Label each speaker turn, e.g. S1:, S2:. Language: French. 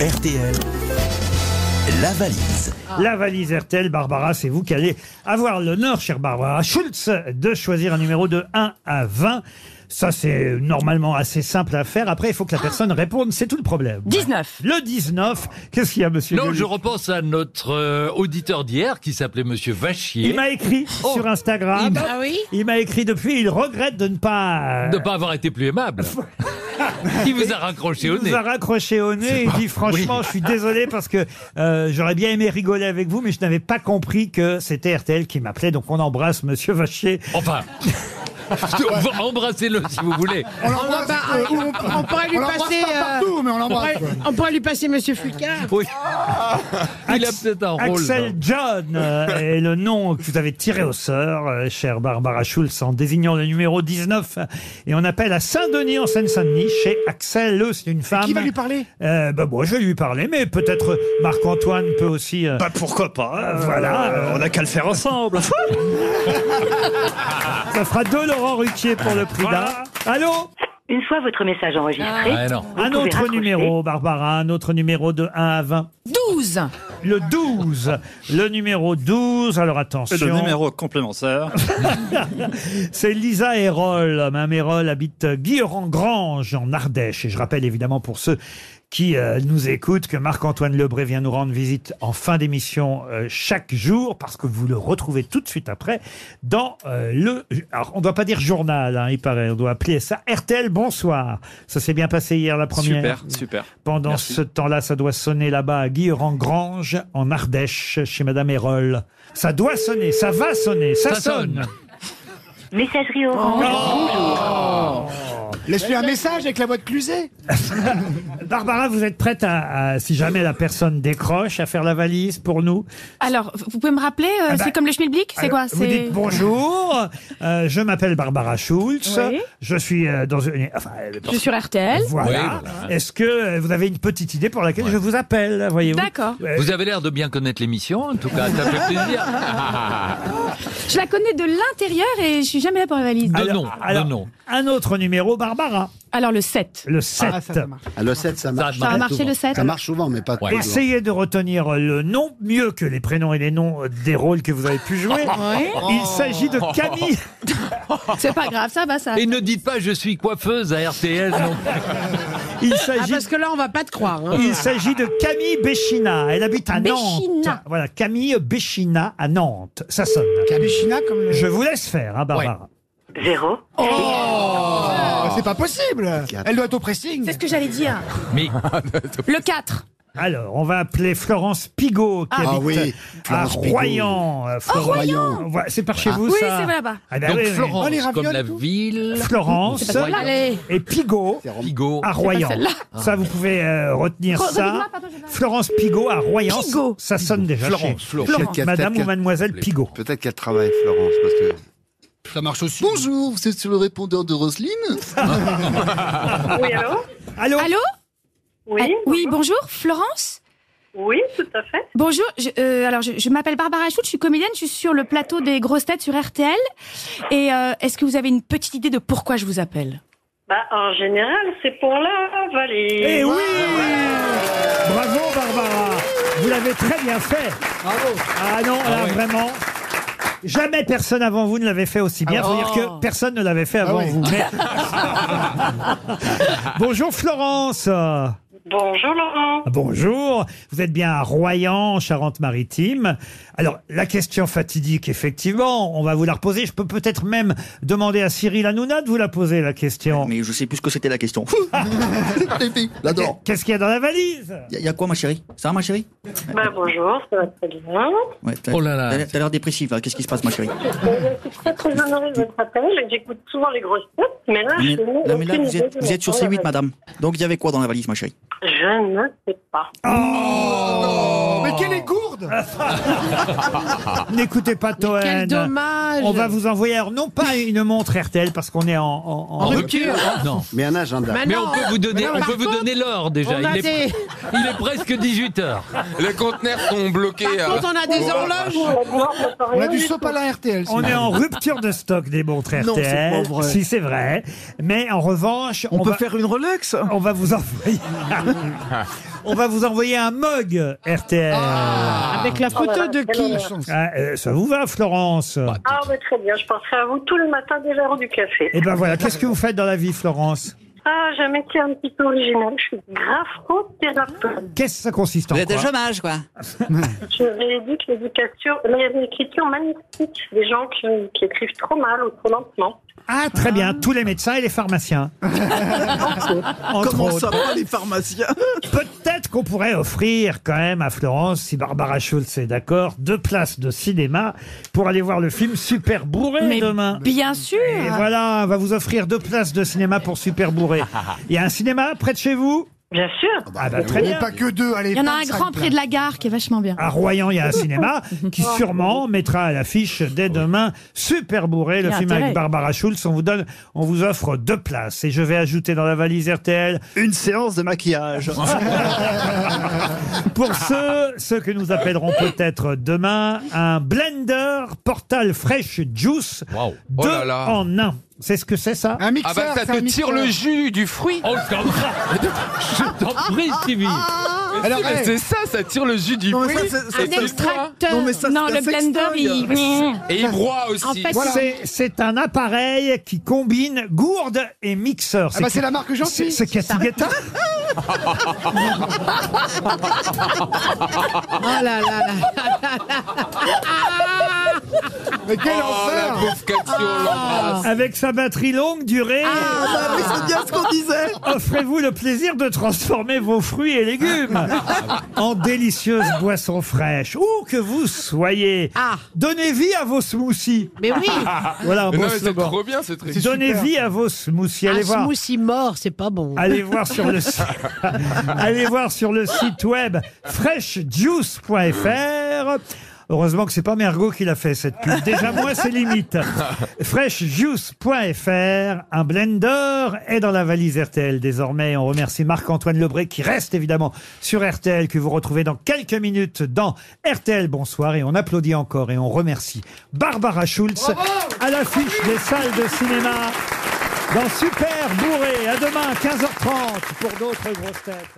S1: RTL, la valise.
S2: Ah.
S3: La valise RTL, Barbara, c'est vous qui allez avoir l'honneur, chère Barbara Schultz, de choisir un numéro de 1 à 20. Ça, c'est normalement assez simple à faire. Après, il faut que la personne réponde. C'est tout le problème.
S2: 19.
S3: Le 19. Qu'est-ce qu'il y a, monsieur
S4: Non,
S3: Gueluc
S4: je repense à notre euh, auditeur d'hier qui s'appelait Monsieur Vachier.
S3: Il m'a écrit
S4: Oh.
S3: sur Instagram.
S4: Il m'a-
S2: Ah oui
S3: Il m'a écrit depuis. Il regrette de ne pas. euh,
S4: De ne pas avoir été plus aimable. Il vous a raccroché au
S3: Il
S4: nez.
S3: nous a raccroché au nez et il dit franchement, je suis désolé parce que euh, j'aurais bien aimé rigoler avec vous, mais je n'avais pas compris que c'était RTL qui m'appelait. Donc on embrasse Monsieur Vachier.
S4: Enfin. vous- Embrassez-le si vous voulez.
S5: On l'embrasse.
S2: bah,
S5: euh,
S2: on- on pourrait lui
S5: on l'embrasse
S2: passer,
S5: pas
S2: euh,
S5: partout, mais on l'embrasse.
S2: Ouais, on pourrait lui passer Monsieur Foucard.
S4: Oui. Il a
S3: Ax-
S4: peut-être un rôle.
S3: Axel
S4: dans-
S3: John euh, est le nom que vous avez tiré au sort, euh, chère Barbara Schulz, en désignant le numéro 19. Et on appelle à Saint-Denis, en Seine-Saint-Denis, chez Axel. Eux, c'est une femme.
S5: Qui va lui parler
S3: Euh, bah, bon, je vais lui parler, mais peut-être Marc-Antoine peut aussi. euh,
S6: Bah pourquoi pas, euh,
S3: voilà.
S6: euh, on n'a qu'à le faire ensemble.
S3: ça fera deux Laurent Ruquier pour le prix d'un. Allô
S7: Une fois votre message enregistré,
S4: Ah, non.
S7: vous
S3: Un
S7: pouvez
S3: autre
S7: raccrocher.
S3: numéro, Barbara, un autre numéro de 1 à 20.
S2: 12.
S3: Le 12. Le numéro 12, alors
S6: Et
S3: attention.
S6: le numéro complémentaire.
S3: C'est Lisa Hérol. Mme Hérol habite Guilherand-Grange, en Ardèche. Et je rappelle évidemment pour ceux qui euh, nous écoutent que Marc-Antoine Lebré vient nous rendre visite en fin d'émission euh, chaque jour, parce que vous le retrouvez tout de suite après dans euh, le... Alors, on ne doit pas dire journal, hein, il paraît. On doit appeler ça RTL Bonsoir. Ça s'est bien passé hier, la première.
S6: Super, super.
S3: Pendant
S6: Merci.
S3: ce temps-là, ça doit sonner là-bas à Guilherand-Grange, en Ardèche, chez Madame Hérol. Ça doit sonner, ça va sonner, ça,
S4: Ça sonne.
S7: Messagerie orange.
S5: Laisse-lui un message avec la voix de Cluzet.
S3: Barbara, vous êtes prête à, à- si jamais la personne décroche, à faire la valise pour nous
S8: Alors, vous pouvez me rappeler, euh,
S3: Ah bah,
S8: c'est comme le schmilblick C'est quoi
S3: Alors, Vous
S8: C'est
S3: dites bonjour, euh, je m'appelle Barbara Schulz,
S8: Oui.
S3: je suis euh, dans une... enfin, euh,
S8: Je suis sur RTL.
S3: voilà.
S4: Oui, voilà.
S3: Est-ce que euh, vous avez une petite idée pour laquelle je vous appelle, voyez-vous
S8: D'accord.
S3: Euh,
S4: Vous avez l'air de bien connaître l'émission, en tout cas, ça fait plaisir.
S8: Je la connais de l'intérieur et je suis jamais là pour la valise.
S4: Ah.
S3: alors-
S4: non, de
S3: alors,
S4: non.
S3: Un autre numéro, Barbara,
S8: Alors, le 7.
S3: le 7.
S5: Ah, ça, ça marche.
S9: Ah, le 7, ça marche.
S4: Ça a
S8: marché,
S9: souvent.
S8: le 7.
S9: Ça marche souvent, mais pas
S4: Ouais.
S9: toujours.
S3: Essayez de retenir le nom mieux que les prénoms et les noms des rôles que vous avez pu jouer. Il s'agit de Camille.
S8: C'est pas grave, ça va, ça. Ah,
S4: Et ne dites pas je suis coiffeuse à RTL. Non.
S3: Ah, Il
S2: Ah,
S3: s'agit
S2: parce que là, on va pas te croire. hein.
S3: Il s'agit de Camille Béchina. Elle habite à Nantes.
S8: Béchina.
S3: Voilà, Camille Béchina à Nantes. Ça sonne.
S5: Cabuchina comme le.
S3: Je vous laisse faire, hein, Barbara.
S7: Zéro.
S5: Ah, c'est pas possible. Elle doit être au pressing.
S8: C'est ce que j'allais dire.
S4: Mais
S8: Le 4.
S3: Alors, on va appeler Florence Pigot, qui
S9: Ah
S3: habite
S9: oui,
S3: à
S9: Florence Pigot.
S3: Royan. Euh, Florence-
S9: Royan.
S3: Voilà, C'est par chez vous,
S8: Oui, c'est
S3: ça
S8: là-bas.
S3: Ah ben
S4: donc
S3: oui, oui.
S4: Florence,
S5: Oh, les ravioles
S4: comme
S5: et
S4: la
S5: tout.
S4: ville,
S3: Florence
S8: Allez.
S3: et Pigot
S4: Pigot.
S3: à Royan. Ça, vous pouvez euh, retenir
S8: Re-
S3: ça.
S8: redis-moi, pardon, j'ai pas-
S3: Florence Pigot à Royan.
S8: Pigot.
S3: Ça sonne déjà
S4: Florence,
S3: chez
S4: Florence.
S9: Peut-être qu'elle-
S3: Madame
S9: peut-être
S3: ou Mademoiselle Pigot.
S9: qu'elle- Peut-être qu'elle travaille, Florence, parce que.
S5: Ça marche aussi.
S9: Bonjour, vous êtes sur le répondeur de Roselyne
S7: Oui, alors
S3: Allô
S8: Allô
S7: Oui,
S8: Ah, Oui, bonjour, Florence
S7: oui, tout à fait.
S8: Bonjour, je, euh, alors je, je m'appelle Barbara Schultz, je suis comédienne, je suis sur le plateau des grosses têtes sur RTL. Et euh, est-ce que vous avez une petite idée de pourquoi je vous appelle
S7: Bah, en général, c'est pour la valise.
S3: Eh oui Bravo Barbara Vous l'avez très bien fait Ah non, là vraiment Jamais personne avant vous ne l'avait fait aussi bien. Faut dire que personne ne l'avait fait avant
S5: oui.
S3: vous. mais- Bonjour Florence. Euh,
S7: Bonjour Laurent.
S3: Bonjour. Vous êtes bien à Royan, en Charente-Maritime. Alors la question fatidique, effectivement, on va vous la reposer. Je peux peut-être même demander à Cyril Hanouna de vous la poser la question.
S10: Mais je sais plus ce que c'était la question.
S9: L'adore.
S3: Qu'est-ce qu'il y a dans la valise
S10: Il y, a quoi, ma chérie Ça va, ma chérie
S7: Bah, bonjour, ça va très bien.
S10: ouais, t'as-
S4: Oh là là.
S10: t'as l'air- T'as l'air dépressive, là. Qu'est-ce qui se passe, ma chérie
S7: Euh, Je suis très très honorée de votre appel. J'écoute souvent les grosses têtes, mais là,
S10: Mais-
S7: je n'ai
S10: là, mais là,
S7: aucune
S10: vous
S7: idée
S10: êtes,
S7: de
S10: vous êtes sur
S7: la valise.
S10: C8, madame. Donc, il y avait quoi dans la valise, ma chérie
S7: Je ne sais pas.
S5: Mais quelle est gourde
S3: N'écoutez pas Toen.
S2: Quel dommage.
S3: On va vous envoyer, alors non pas une montre RTL, parce qu'on est en, en- en-
S5: Ah
S2: En rupture.
S4: Non.
S9: Mais un agenda.
S2: Bah
S4: Mais
S2: non.
S4: on peut vous donner,
S2: Mais non,
S4: on
S2: par
S4: peut vous
S2: contre,
S4: donner l'heure déjà.
S2: on a
S4: Il est,
S2: des-
S4: il est presque 18 h
S11: Les conteneurs sont bloqués. hein.
S2: Par contre, on a des horloges.
S5: On a du sopalin RTL.
S3: On est en rupture de stock des montres RTL.
S5: Non, c'est pas vrai.
S3: Si c'est vrai. Mais en revanche, on, va,
S5: faire une Rolex
S3: on va vous envoyer. on va vous envoyer un mug RTL.
S5: Ah.
S2: Avec la photo de qui
S3: Ah, euh, ça vous va, Florence
S7: hein,
S5: Bah.
S7: Ah, ouais, très bien. Je penserai à vous tout le matin dès l'heure du café.
S3: Eh ben voilà, qu'est-ce que vous faites dans la vie, Florence
S7: Ah, j'ai un métier un petit peu original. Je suis graphothérapeute.
S3: Qu'est-ce que ça
S5: Eh
S3: consiste en
S5: ben
S12: Vous êtes au
S3: quoi
S12: chômage, quoi.
S7: Je rééduque l'éducation, l'écriture magnifique des gens qui, qui écrivent trop mal ou trop lentement.
S3: Ah, très bien, tous les médecins et les pharmaciens. Entre
S10: Oh,
S3: autres.
S13: va, les pharmaciens
S3: Peut-être qu'on pourrait offrir quand même à Florence, si Barbara Schulz est d'accord, deux places de cinéma pour aller voir le film Super Bourré
S8: Mais Ah.
S3: demain.
S8: bien sûr.
S3: Et voilà, on va vous offrir deux places de cinéma pour Super Bourré. Il y a un cinéma près de chez vous
S7: Bien sûr.
S3: Ah bah, très
S5: Et
S3: bien.
S5: pas que deux, allez.
S8: Il y en a
S5: vingt,
S8: un
S5: ça
S8: grand
S5: me
S8: près
S5: plaît.
S8: de la gare qui est vachement
S13: Ah,
S8: bien.
S3: À Royan, il y a un cinéma qui sûrement mettra à l'affiche dès demain Super Bourré, le
S8: Il y a
S3: film
S8: intérêt.
S3: avec Barbara Schulz. On vous donne, on vous offre deux places. Et je vais ajouter dans la valise RTL
S13: Une séance de maquillage.
S3: Pour ceux, ceux que nous appellerons peut-être demain, un blender Portal Fresh Juice
S4: Waouh.
S3: deux
S11: Oh là là.
S3: en un. C'est ce que c'est ça
S5: Un
S11: Ah
S5: mixeur,
S11: bah ça
S5: c'est un
S11: te tire le
S5: mixeur.
S11: jus du fruit.
S4: Oh, je t'en je t'en prie, Stevie.
S5: Alors,
S11: Si, mais
S5: hey.
S11: c'est ça, ça tire le jus du
S13: Non, mais
S11: fruit.
S13: ça, c'est-
S8: Un
S11: Et il broie.
S8: extracteur.
S13: Non, mais ça, c'est
S8: non
S13: un
S8: le blender,
S13: sextoy.
S8: il.
S11: Et il broie aussi.
S8: En fait,
S3: C'est- C'est un appareil qui combine gourde et mixeur.
S5: Ah bah, c'est la marque
S3: c'est
S5: gentille.
S3: c'est Cathy Guetta
S2: Oh là là là
S5: Mais quel
S11: Oh, la
S5: enfer
S11: pauvre Cathy, on l'embrasse.
S3: avec sa batterie longue durée.
S13: Ah, mais c'est bien ce qu'on disait
S3: Offrez-vous le plaisir de transformer vos fruits et légumes en délicieuses boissons fraîches. Où que vous soyez,
S2: Ah.
S3: donnez vie à vos smoothies.
S2: Mais oui,
S3: Voilà un
S11: Mais
S3: beau
S11: non, mais c'est
S3: slogan.
S11: trop bien ce truc.
S3: Donnez vie à vos smoothies. Allez
S2: un
S3: voir.
S2: smoothie mort, c'est pas bon.
S3: Allez voir sur le site, allez voir sur le site web freshjuice.fr. Heureusement que c'est pas Mergot qui l'a fait cette pub. Déjà moi c'est limite. Freshjuice.fr, un blender est dans la valise RTL désormais. On remercie Marc-Antoine Lebré qui reste évidemment sur RTL que vous retrouvez dans quelques minutes dans RTL Bonsoir et on applaudit encore et on remercie Barbara Schulz à l'affiche des salles de cinéma dans Super Bourré. À demain, 15h30 pour d'autres grosses têtes.